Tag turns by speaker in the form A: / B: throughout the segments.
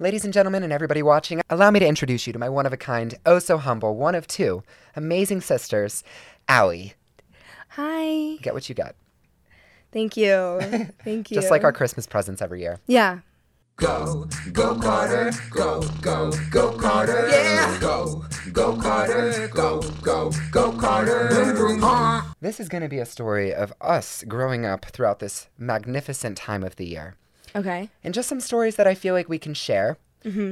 A: Ladies and gentlemen, and everybody watching, allow me to introduce you to my one of a kind, oh so humble, one of two amazing sisters, Allie.
B: Hi.
A: Get what you got.
B: Thank you. Thank you.
A: Just like our Christmas presents every year.
B: Yeah.
C: Go, go Carter, go, go, go Carter. Yeah. Go, go Carter, go, go, go Carter. Vroom, vroom, honk.
A: This is going to be a story of us growing up throughout this magnificent time of the year.
B: Okay.
A: And just some stories that I feel like we can share.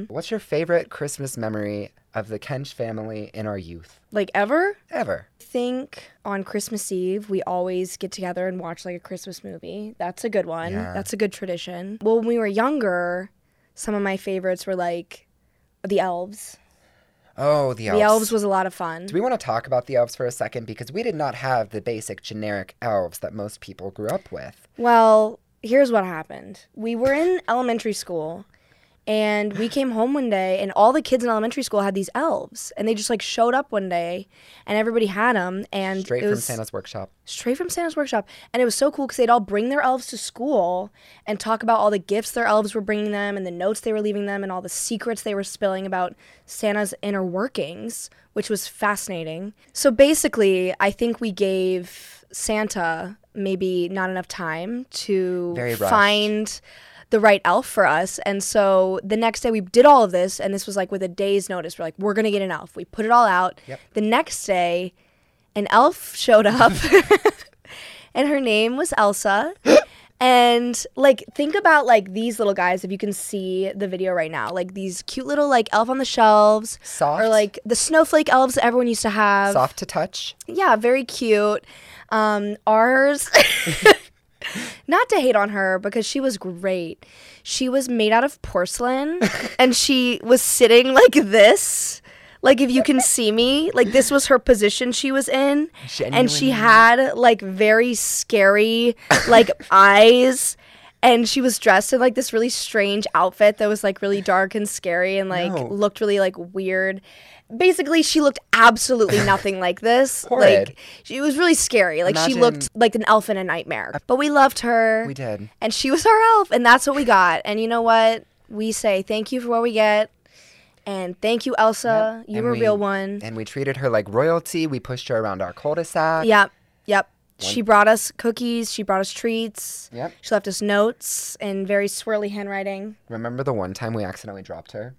A: What's your favorite Christmas memory of the Kench family in our youth?
B: Like ever?
A: Ever.
B: I think on Christmas Eve, we always get together and watch like a Christmas movie. That's a good one.
A: Yeah.
B: That's a good tradition. Well, when we were younger, some of my favorites were like The Elves.
A: Oh, the elves.
B: The Elves was a lot of fun.
A: Do we want to talk about the elves for a second? Because we did not have the basic generic elves that most people grew up with.
B: Well, here's what happened. We were in elementary school and we came home one day and all the kids in elementary school had these elves and they just like showed up one day and everybody had them and
A: Straight
B: it
A: from
B: was
A: Santa's workshop.
B: straight from Santa's workshop and it was so cool cuz they'd all bring their elves to school and talk about all the gifts their elves were bringing them and the notes they were leaving them and all the secrets they were spilling about Santa's inner workings, which was fascinating. So basically, I think we gave Santa maybe not enough time to
A: Very rushed.
B: find the right elf for us. And so the next day we did all of this, and this was like with a day's notice. We're like, we're gonna get an elf. We put it all out.
A: Yep.
B: The next day, an elf showed up, and her name was Elsa. And like think about like these little guys if you can see the video right now like these cute little like elf on the shelves
A: Soft.
B: or like the snowflake elves that everyone used to have
A: soft to touch.
B: yeah, very cute. Um, ours, not to hate on her because she was great. She was made out of porcelain and she was sitting like this. Like if you can see me, like this was her position she was in, and she
A: Genuinely.
B: had like very scary like eyes, and she was dressed in like this really strange outfit that was like really dark and scary and like
A: No.
B: looked really like weird. Basically, she looked absolutely nothing like this.
A: Horrid.
B: Like she it was really scary. Like she
A: Imagine-
B: looked like an elf in a nightmare. But we loved her.
A: We did.
B: And she was our elf, and that's what we got. And you know what? We say thank you for what we get, and thank you, Elsa. You
A: And
B: were a
A: we-
B: real one.
A: And we treated her like royalty. We pushed her around our cul-de-sac.
B: Yep. Yep. She brought us cookies. She brought us treats.
A: Yep.
B: She left us notes in very swirly handwriting.
A: Remember the one time we accidentally dropped her?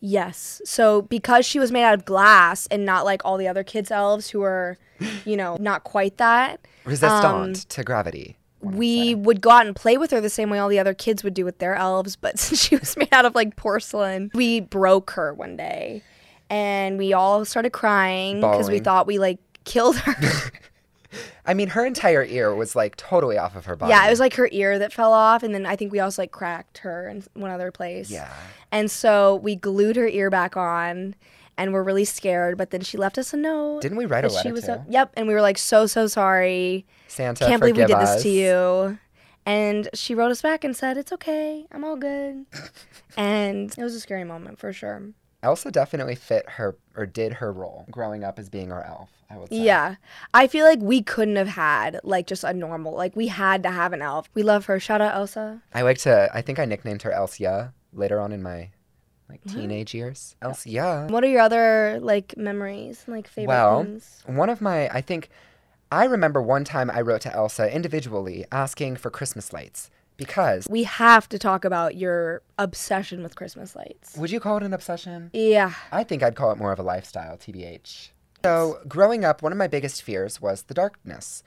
B: Yes. So because she was made out of glass and not like all the other kids' elves who were, you know, not quite that,
A: Resistant
B: Um,
A: to gravity.
B: we would go out and play with her the same way all the other kids would do with their elves. But since she was made out of like porcelain, we broke her one day and we all started crying because we
A: Bawling.
B: thought we like killed her.
A: I mean, her entire ear was like totally off of her body.
B: yeah, it was like her ear that fell off. And then I think we also like cracked her in one other place.
A: Yeah.
B: And so we glued her ear back on and we're really scared. But then she left us a note.
A: Didn't we write a
B: that
A: letter
B: she was
A: to
B: a- yep, and we were like so so sorry.
A: Santa?
B: Can't believe we did
A: forgive
B: this to
A: us.
B: you. And she wrote us back and said it's okay, I'm all good. and it was a scary moment for sure.
A: Elsa definitely fit her or did her role growing up as being our elf. I would say.
B: Yeah, I feel like we couldn't have had like just a normal like we had to have an elf. We love her. Shout out Elsa.
A: I like to. I think I nicknamed her Elsia later on in my like teenage years. Elsia.
B: What are your other like memories and like favorite
A: Well,
B: things?
A: one of my. I think I remember one time I wrote to Elsa individually asking for Christmas lights because
B: We have to talk about your obsession with Christmas lights.
A: would you call it an obsession?
B: Yeah.
A: I think I'd call it more of a lifestyle, TBH. So, growing up, one of my biggest fears was the darkness.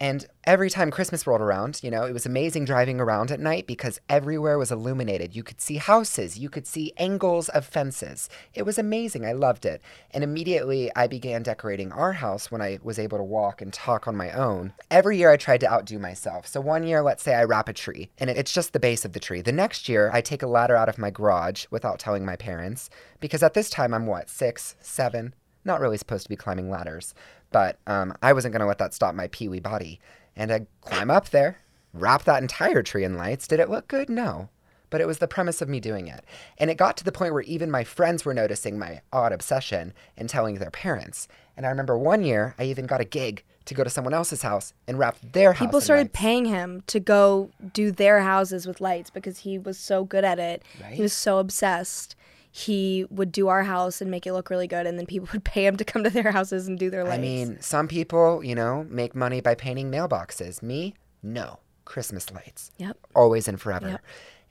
A: And every time Christmas rolled around, you know, it was amazing driving around at night because everywhere was illuminated. You could see houses, you could see angles of fences. It was amazing. I loved it. And immediately I began decorating our house when I was able to walk and talk on my own. Every year I tried to outdo myself. So one year, let's say I wrap a tree and it- it's just the base of the tree. The next year, I take a ladder out of my garage without telling my parents because at this time I'm what, six, seven? not really supposed to be climbing ladders, but um, I wasn't going to let that stop my peewee body. And I climb up there, wrap that entire tree in lights. Did it look good? No. but it was the premise of me doing it. And it got to the point where even my friends were noticing my odd obsession and telling their parents. And I remember one year I even got a gig to go to someone else's house and wrap their house.
B: People
A: in
B: started
A: lights.
B: paying him to go do their houses with lights because he was so good at it.
A: Right.
B: He was so obsessed. He would do our house and make it look really good, and then people would pay him to come to their houses and do their
A: I
B: lights.
A: mean, some people, you know, make money by painting mailboxes. Me, no. Christmas lights.
B: Yep.
A: Always and forever.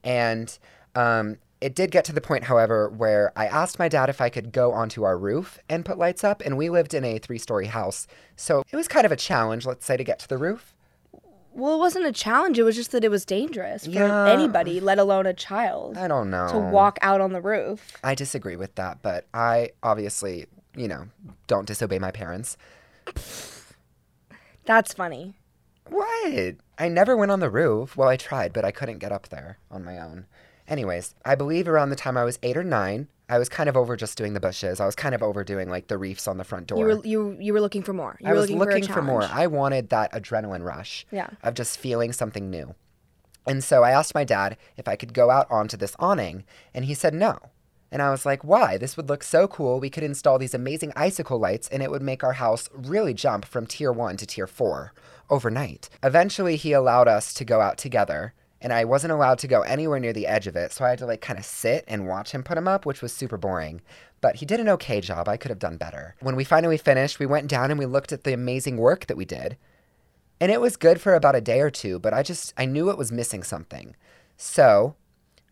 A: And um, it did get to the point, however, where I asked my dad if I could go onto our roof and put lights up. And we lived in a three story house. So it was kind of a challenge, let's say, to get to the roof.
B: well, it wasn't a challenge. It was just that it was dangerous for
A: Yeah. Oh.
B: anybody, let alone a child,
A: I don't know.
B: to walk out on the roof.
A: I disagree with that, but I obviously, you know, don't disobey my parents.
B: That's funny.
A: What? I never went on the roof. Well, I tried, but I couldn't get up there on my own. Anyways, I believe around the time I was eight or nine, I was kind of over just doing the bushes. I was kind of overdoing like the reefs on the front door.
B: You were you you were looking for more. You
A: I
B: were
A: was
B: a
A: looking for, more.
B: challenge.
A: I wanted that adrenaline rush
B: Yeah.
A: of just feeling something new. And so I asked my dad if I could go out onto this awning, and he said no. And I was like, why? This would look so cool. We could install these amazing icicle lights, and it would make our house really jump from tier one to tier four overnight. Eventually, he allowed us to go out together, and I wasn't allowed to go anywhere near the edge of it, so I had to like kind of sit and watch him put them up, which was super boring. But he did an okay job. I could have done better. When we finally finished, we went down and we looked at the amazing work that we did. And it was good for about a day or two, but I just I knew it was missing something. So,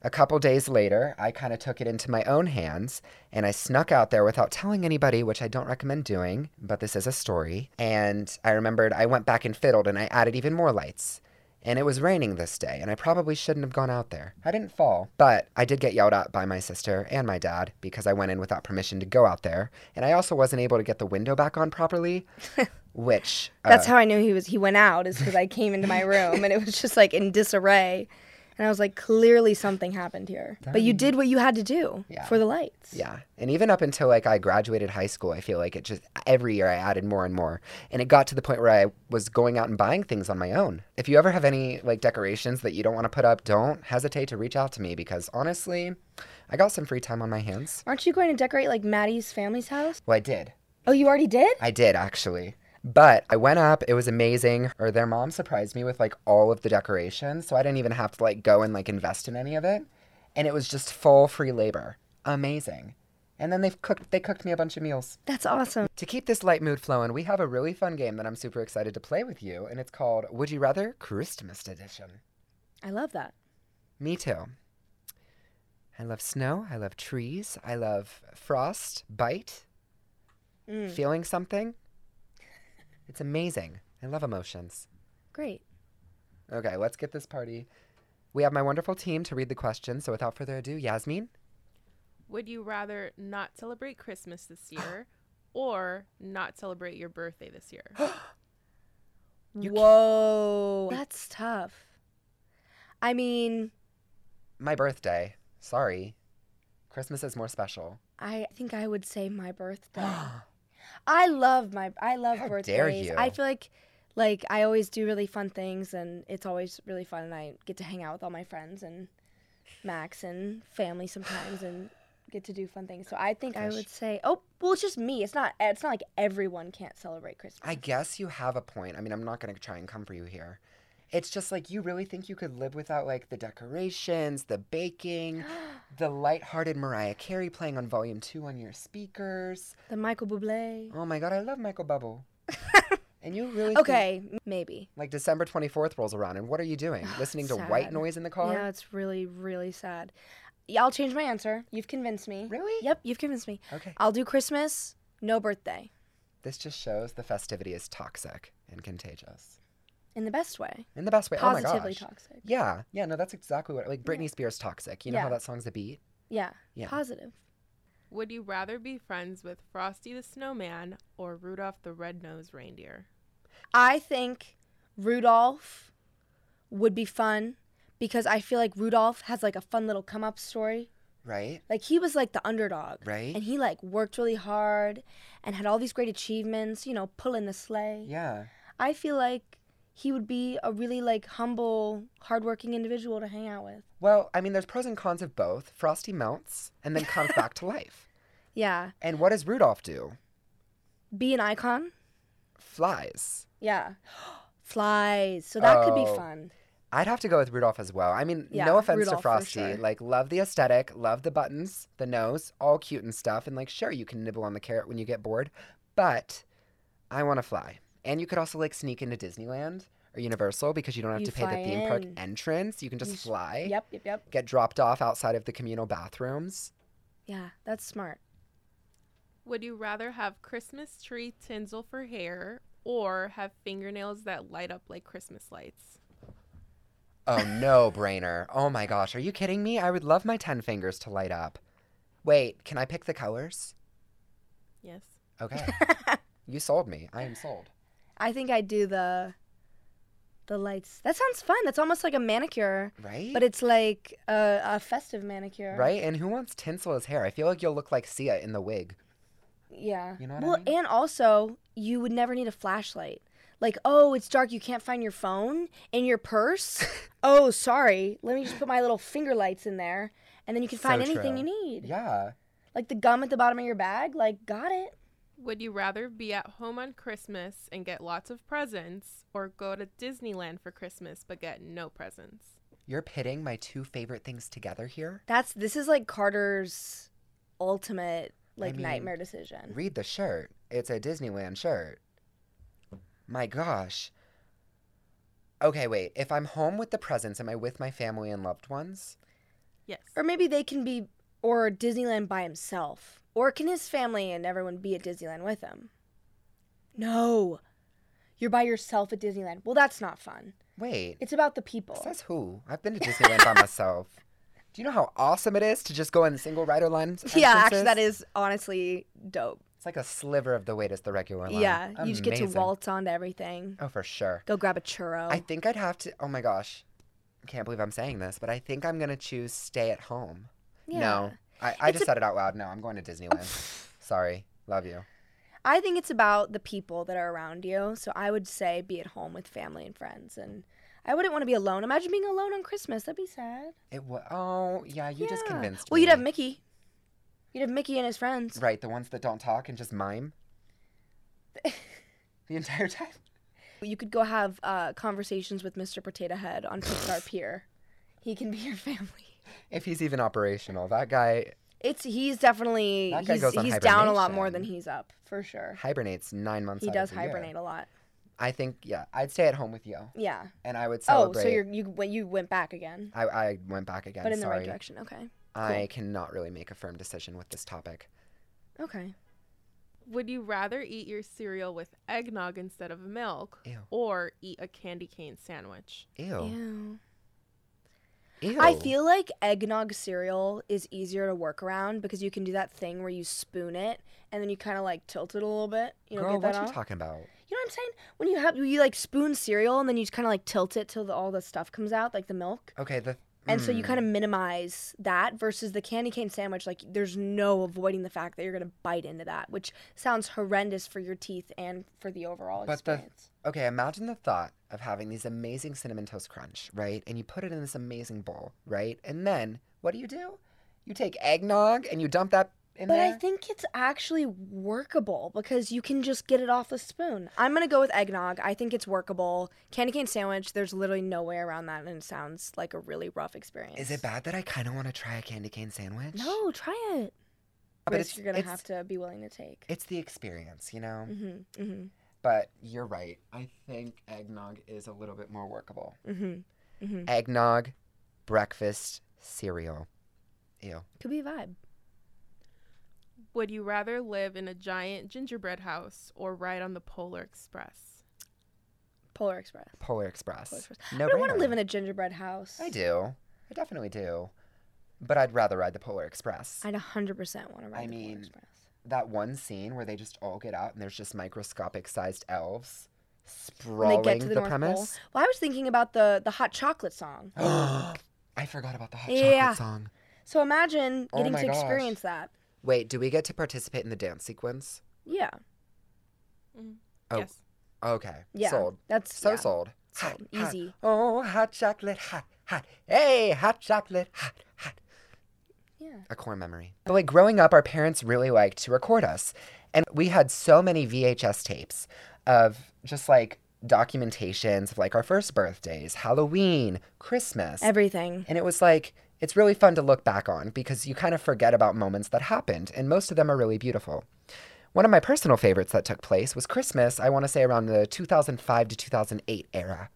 A: a couple days later, I kind of took it into my own hands and I snuck out there without telling anybody, which I don't recommend doing, but this is a story. And I remembered I went back and fiddled and I added even more lights. And it was raining this day, and I probably shouldn't have gone out there. I didn't fall, but I did get yelled at by my sister and my dad because I went in without permission to go out there. And I also wasn't able to get the window back on properly, which
B: That's how I knew he was. He went out is because I came into my room and it was just like in disarray, and I was like, clearly something happened here. But you did what you had to do
A: Yeah.
B: for the lights.
A: Yeah. And even up until like I graduated high school, I feel like it just every year I added more and more. And it got to the point where I was going out and buying things on my own. If you ever have any like decorations that you don't want to put up, don't hesitate to reach out to me because honestly, I got some free time on my hands.
B: Aren't you going to decorate like Maddie's family's house?
A: Well, I did.
B: Oh, you already did?
A: I did actually. But I went up, it was amazing. Or their mom surprised me with like all of the decorations, so I didn't even have to like go and like invest in any of it. And it was just full free labor. Amazing. And then they've cooked they cooked me a bunch of meals.
B: That's awesome.
A: To keep this light mood flowing, we have a really fun game that I'm super excited to play with you, and it's called Would You Rather Christmas Edition.
B: I love that.
A: Me too. I love snow. I love trees. I love frost, bite,
B: Mm,
A: feeling something. It's amazing. I love emotions.
B: great.
A: Okay, let's get this party. We have my wonderful team to read the questions, so without further ado, Yasmin?
D: Would you rather not celebrate Christmas this year or not celebrate your birthday this year?
A: You ca-
B: Whoa, that's tough. I mean,
A: My birthday. Sorry. Christmas is more special.
B: I think I would say my birthday. I love my I love
A: How dare
B: birthdays. I
A: you.
B: feel like like I always do really fun things and it's always really fun and I get to hang out with all my friends and Max and family sometimes and get to do fun things. So I think I
A: Fish.
B: would say oh well it's just me. It's not it's not like everyone can't celebrate Christmas.
A: I guess you have a point. I mean, I'm not going to try and come for you here. It's just like you really think you could live without like the decorations, the baking, the lighthearted Mariah Carey playing on volume 2 on your speakers.
B: the Michael Bublé.
A: Oh my god, I love Michael Bubble. and you really think-
B: Okay, m- maybe.
A: like December 24th rolls around and what are you doing? Listening to white
B: Sad.
A: noise in the car?
B: Yeah, it's really really sad. Yeah, I'll change my answer. You've convinced me.
A: Really?
B: Yep, you've convinced me.
A: Okay.
B: I'll do Christmas, no birthday
A: This just shows the festivity is toxic and contagious.
B: in the best way.
A: In the best way. oh my
B: Positively
A: gosh.
B: toxic.
A: Yeah. Yeah, no, that's exactly what like Britney Spears toxic. You know how
B: Yeah.
A: that song's a beat?
B: Yeah.
A: Yeah.
B: Positive.
D: Would you rather be friends with Frosty the Snowman or Rudolph the Red-Nosed Reindeer?
B: I think Rudolph would be fun because I feel like Rudolph has like a fun little come up story.
A: Right?
B: Like he was like the underdog.
A: Right?
B: And he like worked really hard and had all these great achievements, you know, pulling the sleigh.
A: Yeah.
B: I feel like he would be a really like humble, hardworking individual to hang out with.
A: Well, I mean, there's pros and cons of both. Frosty melts and then comes back to life.
B: Yeah.
A: And what does Rudolph do?
B: Be an icon.
A: Flies.
B: Yeah. Flies. So that could be
A: Oh.
B: fun.
A: I'd have to go with Rudolph as well. I mean,
B: Yeah,
A: no offense to
B: Rudolph for
A: Frosty.
B: sure.
A: Like, love the aesthetic, love the buttons, the nose, all cute and stuff. And, like, sure, you can nibble on the carrot when you get bored, but I want to fly. And you could also, like, sneak into Disneyland or Universal because you don't have
B: You
A: to pay the
B: fly
A: theme park
B: in.
A: entrance. You can just
B: You s-
A: fly,
B: Yep, yep, yep.
A: get dropped off outside of the communal bathrooms.
B: Yeah, that's smart.
D: Would you rather have Christmas tree tinsel for hair or have fingernails that light up like Christmas lights?
A: Oh, no brainer. Oh my gosh, are you kidding me? I would love my 10 fingers to light up. Wait, can I pick the colors?
D: Yes.
A: Okay. you sold me. I am sold.
B: I think I do the the lights. That sounds fun. That's almost like a manicure,
A: Right?
B: but it's like a, a festive manicure.
A: Right? And who wants tinsel as hair? I feel like you'll look like Sia in the wig.
B: Yeah.
A: You know what I
B: well,
A: mean?
B: and also you would never need a flashlight. Like, oh, it's dark. You can't find your phone in your purse. oh, sorry. Let me just put my little finger lights in there, and then you can
A: So
B: find anything
A: true.
B: you need.
A: Yeah.
B: Like the gum at the bottom of your bag. Like, got it.
D: Would you rather be at home on Christmas and get lots of presents or go to Disneyland for Christmas but get no presents?
A: You're pitting my two favorite things together here.
B: That's this is like Carter's ultimate like
A: mean,
B: nightmare decision.
A: Read the shirt. It's a Disneyland shirt. My gosh. Okay, wait. If I'm home with the presents, am I with my family and loved ones?
D: Yes.
B: Or maybe they can be, or Disneyland by himself. Or can his family and everyone be at Disneyland with him? No. You're by yourself at Disneyland. Well, that's not fun.
A: Wait.
B: It's about the people.
A: Says who? I've been to Disneyland by myself. Do you know how awesome it is to just go in single rider lines?
B: yeah, actually, that is honestly dope.
A: It's like a sliver of the way to the regular line.
B: Yeah, you just get to
A: Amazing.
B: waltz onto everything.
A: Oh, for sure.
B: Go grab a churro.
A: I think I'd have to. Oh my gosh, I can't believe I'm saying this, but I think I'm gonna choose stay at home. No, I, I
B: It's
A: just
B: a-
A: said it out loud. No, I'm going to Disneyland. Sorry, love you.
B: I think it's about the people that are around you. So I would say be at home with family and friends. And I wouldn't want to be alone. Imagine being alone on Christmas. That'd be sad.
A: It was. Oh yeah, you just
B: Yeah.
A: convinced
B: Well,
A: me.
B: you'd have Mickey. You'd have Mickey and his friends.
A: Right, the ones that don't talk and just mime. the entire time.
B: You could go have uh, conversations with Mr. Potato Head on Pixar Pier. He can be your family.
A: If he's even operational, that guy
B: It's he's definitely
A: That guy
B: he's,
A: goes on
B: he's down a lot
A: hibernation.
B: more than he's up for sure.
A: hibernates nine months.
B: He
A: out
B: does
A: of the year.
B: hibernate a lot.
A: I think yeah, I'd stay at home with you,
B: Yeah.
A: and I would
B: Oh,
A: celebrate.
B: so you're, you went- you went back again,
A: I, I went back again.
B: but in the
A: sorry,
B: right direction. Okay.
A: I cannot really make a firm decision with this topic.
B: Okay.
D: Would you rather eat your cereal with eggnog instead of milk
A: Ew.
D: or eat a candy cane sandwich?
A: Ew.
B: Ew.
A: Ew.
B: I feel like eggnog cereal is easier to work around because you can do that thing where you spoon it and then you kind of like tilt it a little bit. You know,
A: Girl,
B: get that
A: what
B: off.
A: you talking about?
B: You know what I'm saying? When you have you like spoon cereal and then you just kind of like tilt it till the, all the stuff comes out, like the milk,
A: Okay, the
B: and so you
A: mm,
B: kind of minimize that versus the candy cane sandwich. Like there's no avoiding the fact that you're gonna bite into that, which sounds horrendous for your teeth and for the overall
A: But the-
B: experience.
A: okay. Imagine the thought of having these amazing cinnamon toast crunch, right? And you put it in this amazing bowl, right? And then what do you do? You take eggnog and you dump that in
B: But
A: there.
B: I think it's actually workable because you can just get it off the spoon. I'm gonna go with eggnog. I think it's workable. Candy cane sandwich. There's literally no way around that, and it sounds like a really rough experience.
A: Is it bad that I kind of want to try a candy cane sandwich?
B: No, try it.
A: but
B: risk
A: it's-
B: you're gonna
A: it's-
B: have to be willing to take.
A: It's the experience, you know.
B: Mm-hmm, mm-hmm,
A: But you're right. I think eggnog is a little bit more workable.
B: mm-hmm.
A: Eggnog, breakfast cereal. Ew.
B: Could be a vibe.
D: Would you rather live in a giant gingerbread house or ride on the Polar Express?
B: Polar Express.
A: Polar Express.
B: Polar Express.
A: No
B: I don't want to
A: brainer.
B: live in a gingerbread house.
A: I do. I definitely do. But I'd rather ride the Polar Express.
B: I'd 100 percent want to ride
A: I
B: the
A: mean-
B: Polar Express.
A: that one scene where they just all get out and there's just microscopic sized elves
B: When
A: sprawling
B: they get to the,
A: the,
B: North
A: premise.
B: Pole. Well, I was thinking about the the hot chocolate song.
A: I forgot about the hot
B: Yeah.
A: chocolate song.
B: So imagine
A: Oh
B: getting
A: my
B: to
A: gosh.
B: experience that.
A: Wait, do we get to participate in the dance sequence?
B: Yeah.
A: Oh,
D: Yes.
A: Okay.
B: Yeah.
A: Sold.
B: That's
A: So
B: yeah.
A: sold. hot,
B: sold.
A: hot.
B: Easy.
A: Oh, hot chocolate, hot, hot. Hey, hot chocolate, hot, hot.
B: Yeah.
A: A core memory. But like growing up, our parents really liked to record us. And we had so many VHS tapes of just like documentations of like our first birthdays, Halloween, Christmas.
B: Everything.
A: And it was like, it's really fun to look back on because you kind of forget about moments that happened, and most of them are really beautiful. One of my personal favorites that took place was Christmas, I want to say around the 2005 to 2008 era.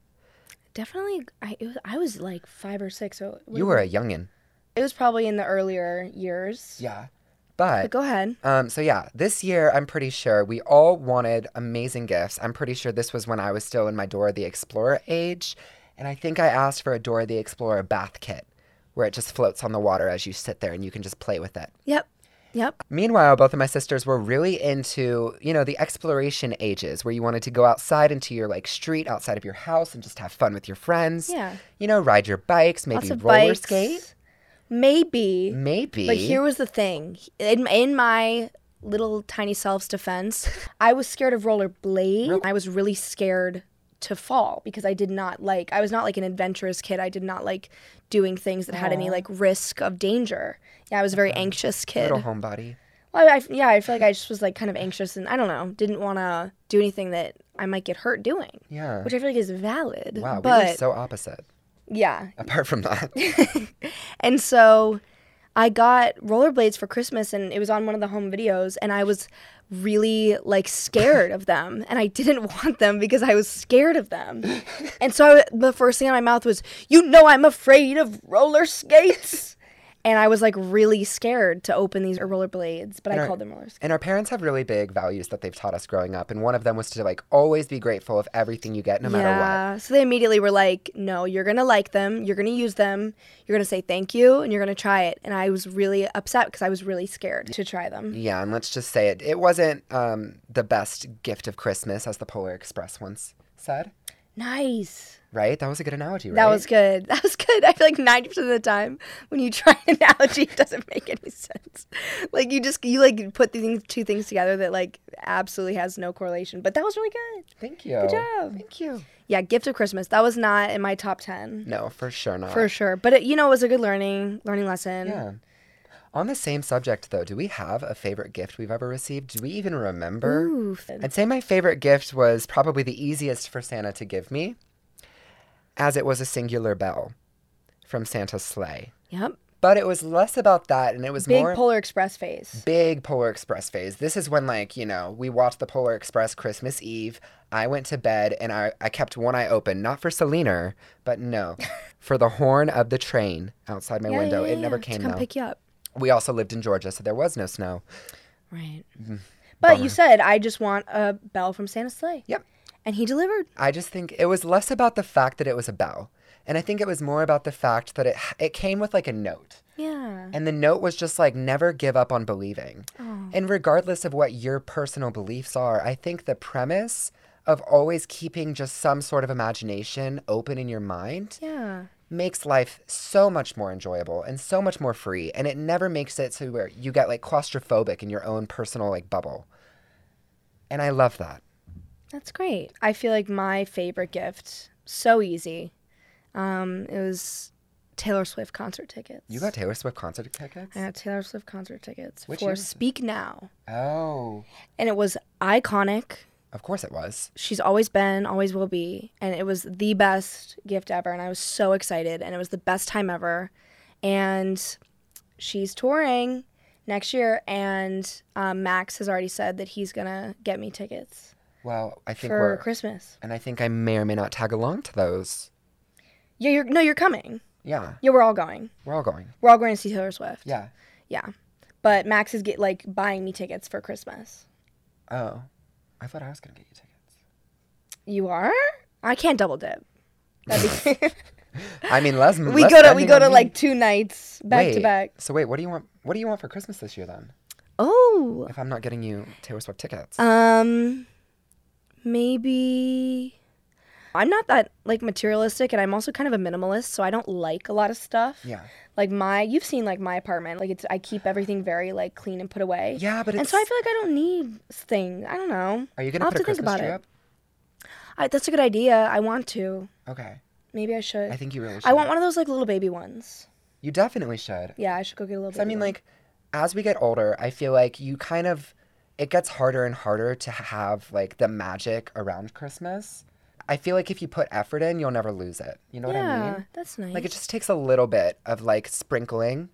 B: Definitely. I it was, I was like five or six. So it
A: You
B: would've-
A: were a youngin'.
B: It was probably in the earlier years.
A: Yeah.
B: But
A: But,
B: go ahead.
A: um, so yeah, this year, I'm pretty sure we all wanted amazing gifts. I'm pretty sure this was when I was still in my Dora the Explorer age. And I think I asked for a Dora the Explorer bath kit where it just floats on the water as you sit there and you can just play with it.
B: Yep. Yep.
A: Meanwhile, both of my sisters were really into, you know, the exploration ages where you wanted to go outside into your like street outside of your house and just have fun with your friends.
B: Yeah.
A: You know, ride your bikes, maybe
B: Lots of
A: roller
B: bikes.
A: skate.
B: Maybe.
A: Maybe.
B: But here was the thing. In, in my little tiny self's defense, I was scared of rollerblade. I was really scared to fall because I did not like, I was not like an adventurous kid. I did not like doing things that had any like risk of danger. Yeah, I was a very anxious kid.
A: little homebody.
B: Well, I, I- yeah, I feel like I just was like kind of anxious and I don't know, didn't want to do anything that I might get hurt doing,
A: Yeah.
B: which I feel like is valid.
A: wow,
B: but
A: we were so opposite.
B: yeah,
A: Apart from that.
B: And so I got rollerblades for Christmas and it was on one of the home videos and I was really like scared of them and I didn't want them because I was scared of them. And so I, the first thing out of my mouth was, "You know I'm afraid of roller skates." And I was like really scared to open these rollerblades, but I
A: our-
B: called them roller skates.
A: and our parents have really big values that they've taught us growing up, and one of them was to like always be grateful of everything you get, no matter
B: yeah. So they immediately were like, "No, you're gonna like them. You're gonna use them. You're gonna say thank you, and you're gonna try it." And I was really upset because I was really scared to try them.
A: what. Yeah, and let's just say it. It wasn't um, the best gift of Christmas, as the Polar Express once said.
B: Nice.
A: Right? That was a good analogy, right?
B: That was good. That was good. I feel like ninety percent of the time when you try an analogy, it doesn't make any sense. Like you just you like put the things, two things together that like absolutely has no correlation. But that was really good.
A: Thank you.
B: Good job.
A: Thank you.
B: Yeah, gift of Christmas. That was not in my top ten
A: No, for sure not.
B: for sure. But it, you know, it was a good learning learning lesson.
A: Yeah. On the same subject, though, do we have a favorite gift we've ever received? Do we even remember?
B: Oof.
A: I'd say my favorite gift was probably the easiest for Santa to give me, as it was a singular bell from Santa's sleigh.
B: Yep.
A: But it was less about that, and it was
B: Big
A: more
B: Polar Express phase.
A: big Polar Express phase. This is when, like, you know, we watched the Polar Express Christmas Eve. I went to bed and I, I kept one eye open, not for Selena, but no, for the horn of the train outside my
B: Yeah,
A: window.
B: yeah,
A: it
B: yeah,
A: never
B: yeah.
A: came
B: to come
A: though.
B: pick you up.
A: we also lived in Georgia, so there was no snow.
B: Right.
A: Mm-hmm.
B: But you said I just want a bell from Santa's sleigh.
A: Yep.
B: And he delivered.
A: I just think it was less about the fact that it was a bell, and I think it was more about the fact that it it came with like a note.
B: Yeah.
A: And the note was just like, never give up on believing. And regardless of what your personal beliefs are, I think the premise of always keeping just some sort of imagination open in your mind
B: Yeah.
A: makes life so much more enjoyable and so much more free. And it never makes it so where you get like claustrophobic in your own personal like bubble. And I love that.
B: That's great. I feel like my favorite gift, so easy. Um, it was Taylor Swift concert tickets.
A: You got Taylor Swift concert tickets?
B: I got Taylor Swift concert tickets
A: Which year
B: for
A: was it?
B: Speak Now,
A: Oh,
B: and it was iconic.
A: of course it was.
B: She's always been, always will be, and it was the best gift ever. And I was so excited, and it was the best time ever. And she's touring next year, and um, Max has already said that he's gonna get me tickets
A: Well, I think
B: for
A: we're.
B: Christmas.
A: and I think I may or may not tag along to those.
B: Yeah, you're no, you're coming.
A: Yeah,
B: Yeah, we're all going.
A: we're all going.
B: We're all going to see Taylor Swift.
A: Yeah.
B: Yeah. But Max is get like buying me tickets for Christmas.
A: Oh, I thought I was gonna get you tickets.
B: You are? I can't double dip. That'd be
A: I mean, Les.
B: we go to we go to like two nights back to back.
A: So wait, what do you want? What do you want for Christmas this year then?
B: Oh.
A: If I'm not getting you Taylor Swift tickets,
B: Um maybe I'm not that like materialistic and I'm also kind of a minimalist, so I don't like a lot of stuff.
A: yeah,
B: Like my you've seen like my apartment. Like it's I keep everything very like clean and put away.
A: yeah, but it's.
B: And so I feel like I don't need things. I don't know.
A: are you gonna
B: I'll
A: put
B: have
A: a
B: to think
A: Christmas
B: about
A: tree
B: it.
A: up?
B: I, that's a good idea. I want to.
A: Okay.
B: Maybe I should. I,
A: I think you really should.
B: want one of those like little baby ones.
A: You definitely should.
B: Yeah, I should go get a little.
A: 'Cause I
B: baby
A: mean,
B: one.
A: like, as we get older, I feel like you kind of, it gets harder and harder to have, like, the magic around Christmas. I feel like if you put effort in, you'll never lose it. You know what
B: yeah,
A: I mean?
B: that's nice.
A: Like, it just takes a little bit of, like, sprinkling,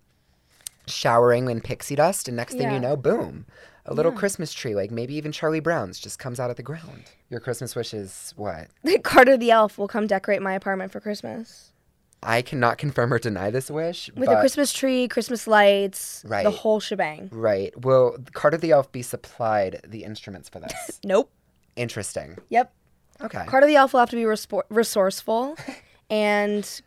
A: showering in pixie dust, and next thing
B: Yeah.
A: you know, boom, a little Christmas tree, like maybe even Charlie Brown's, just comes out of the ground. Your Christmas wish is what?
B: Carter the elf will come decorate my apartment for Christmas
A: I cannot confirm or deny this wish.
B: with
A: but...
B: a Christmas tree, Christmas lights,
A: Right.
B: the whole shebang.
A: Right. Will Carter the Elf be supplied the instruments for this?
B: Nope.
A: Interesting.
B: Yep.
A: Okay.
B: Carter the elf will have to be respor resourceful and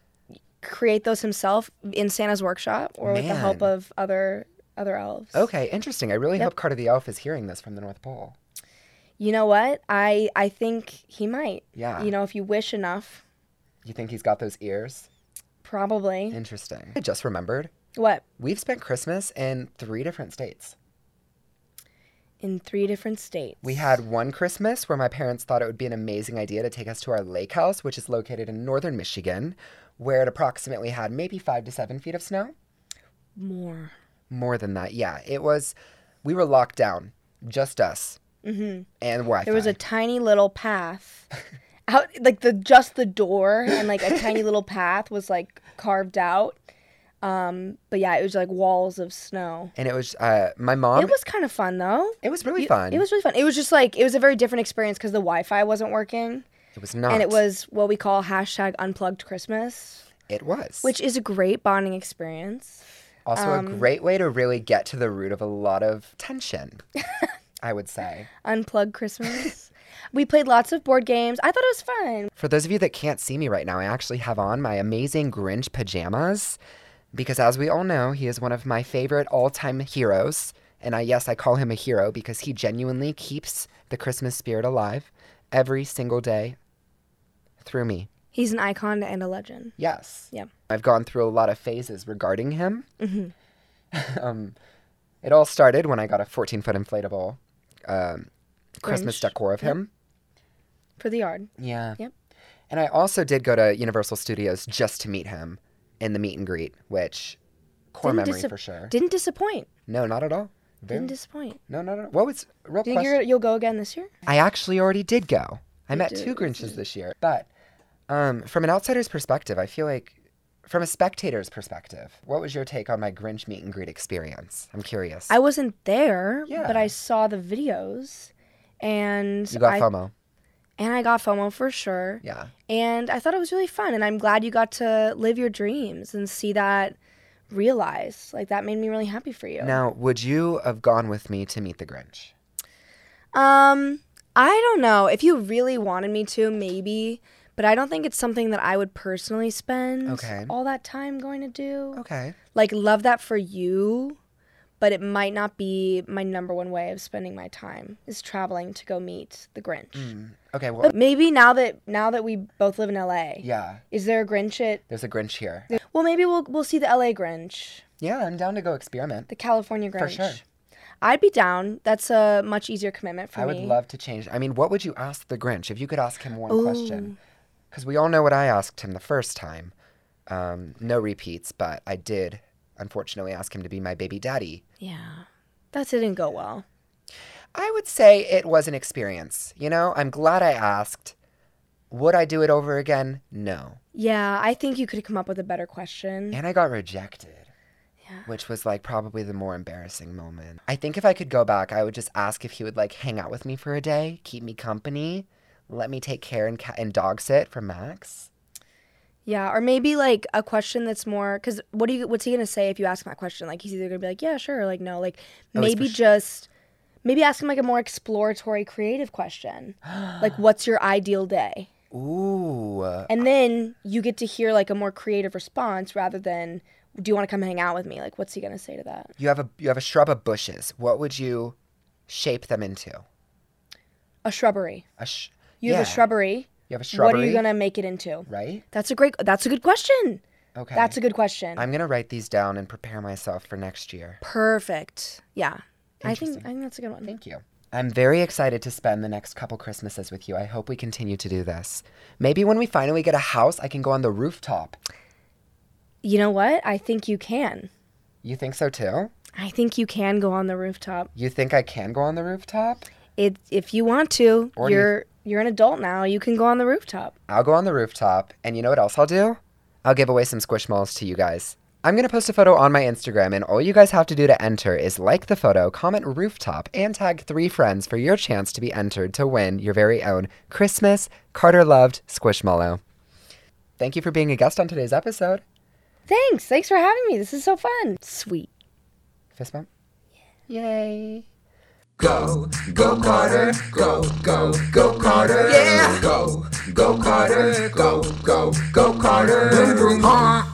B: create those himself in Santa's workshop or with the help
A: Man.
B: of other other elves.
A: okay, interesting. I really hope Carter the Elf is hearing this from the North Pole.
B: You know what? I I think he might.
A: Yeah.
B: You know, if you wish enough,
A: You think he's got those ears?
B: probably.
A: Interesting. I just remembered.
B: What?
A: We've spent Christmas in three different states.
B: In three different states.
A: We had one Christmas where my parents thought it would be an amazing idea to take us to our lake house, which is located in northern Michigan, where it approximately had maybe five to seven feet of snow.
B: more.
A: More than that, yeah. It was, we were locked down, just us
B: Mhm.
A: and Wi Fi.
B: There was a tiny little path. Out like the just the door and like a tiny little path was like carved out. Um, but yeah, it was like walls of snow.
A: and it was uh, my mom.
B: it was kind of fun though.
A: It was really
B: You-
A: fun.
B: It was really fun. It was just like it was a very different experience because the Wi-Fi wasn't working,
A: It was not.
B: and it was what we call hashtag unplugged Christmas,
A: It was.
B: which is a great bonding experience.
A: also a great way to really get to the root of a lot of tension. I would say.
B: Unplugged Christmas. we played lots of board games. I thought it was fun.
A: For those of you that can't see me right now, I actually have on my amazing Grinch pajamas because, as we all know, he is one of my favorite all time heroes. And I, yes, I call him a hero because he genuinely keeps the Christmas spirit alive every single day through me.
B: He's an icon and a legend.
A: Yes.
B: Yeah.
A: I've gone through a lot of phases regarding him. um,
B: Mm-hmm.
A: it all started when I got a 14 foot inflatable um, Christmas
B: Grinch.
A: decor of him.
B: For the yard.
A: Yeah.
B: Yep.
A: And I also did go to Universal Studios just to meet him in the meet and greet, which core
B: Didn't
A: memory
B: disap-
A: for sure.
B: Didn't disappoint.
A: no, not at all. Very-
B: Didn't disappoint.
A: no, not at all. What was real
B: Do you
A: question?
B: think you're, you'll go again this year?
A: I actually already did go. I met two Grinches this year. But um, from an outsider's perspective, I feel like, from a spectator's perspective, what was your take on my Grinch meet and greet experience? I'm curious.
B: I wasn't there, but
A: Yeah.
B: I saw the videos, and
A: you got
B: I
A: FOMO.
B: and I got FOMO for sure.
A: Yeah.
B: And I thought it was really fun. And I'm glad you got to live your dreams and see that realized. Like, that made me really happy for you.
A: Now, would you have gone with me to meet the Grinch?
B: Um, I don't know. If you really wanted me to, maybe. But I don't think it's something that I would personally spend
A: Okay.
B: all that time going to do.
A: Okay.
B: Like, love that for you. But it might not be my number one way of spending my time is traveling to go meet the Grinch.
A: Mm. Hmm. Okay, well,
B: But maybe now that now that we both live in LA,
A: yeah,
B: is there a Grinch at
A: there's a Grinch here.
B: Well, maybe we'll we'll see the LA Grinch,
A: Yeah, I'm down to go experiment.
B: the California Grinch.
A: sure.
B: I'd be down. That's a much easier commitment for
A: I
B: me.
A: would love to change. I mean, what would you ask the Grinch if you could ask him one question? Because we all know what I asked him the first time. Um, no repeats, but I did unfortunately ask him to be my baby daddy.
B: Yeah. That didn't go well.
A: I would say it was an experience. You know, I'm glad I asked. Would I do it over again? No.
B: Yeah, I think you could come up with a better question.
A: And I got rejected. Which was like probably the more embarrassing moment. I think if I could go back, I would just ask if he would like hang out with me for a day, keep me company, let me take care and, ca- and dog sit for Max.
B: Yeah, or maybe like a question that's more because what do you what's he gonna say if you ask him that question? Like he's either gonna be like, yeah, sure, or like no, like
A: Oh, he's
B: maybe
A: push-
B: just maybe ask him like a more exploratory, creative question, like what's your ideal day?
A: Ooh.
B: And then you get to hear like a more creative response rather than do you want to come hang out with me? Like what's he gonna say to that?
A: You have a you have a shrub of bushes. What would you shape them into?
B: A shrubbery.
A: A sh-
B: You have a
A: yeah.
B: shrubbery.
A: You have a shrubbery.
B: What are you gonna make it into?
A: Right?
B: That's a great. That's a good question.
A: Okay.
B: That's a good question.
A: I'm going to write these down and prepare myself for next year.
B: Perfect. Yeah. I think I think that's a good one.
A: Thank you. I'm very excited to spend the next couple Christmases with you. I hope we continue to do this. Maybe when we finally get a house, I can go on the rooftop.
B: You know what? I think you can.
A: You think so too?
B: I think you can go on the rooftop.
A: You think I can go on the rooftop?
B: It if you want to.
A: Or do you-
B: you're you're an adult now. You can go on the rooftop.
A: I'll go on the rooftop, and you know what else I'll do? I'll give away some squishmallows to you guys. I'm gonna post a photo on my Instagram, and all you guys have to do to enter is like the photo, comment rooftop, and tag three friends for your chance to be entered to win your very own Christmas Carter loved squishmallow. Thank you for being a guest on today's episode.
B: Thanks. Thanks for having me. This is so fun. Sweet.
A: Fist bump. Yay.
C: Go, go Carter, go, go, go Carter. Yeah. Go, go Carter, go, go, go Carter. Vroom vroom honk.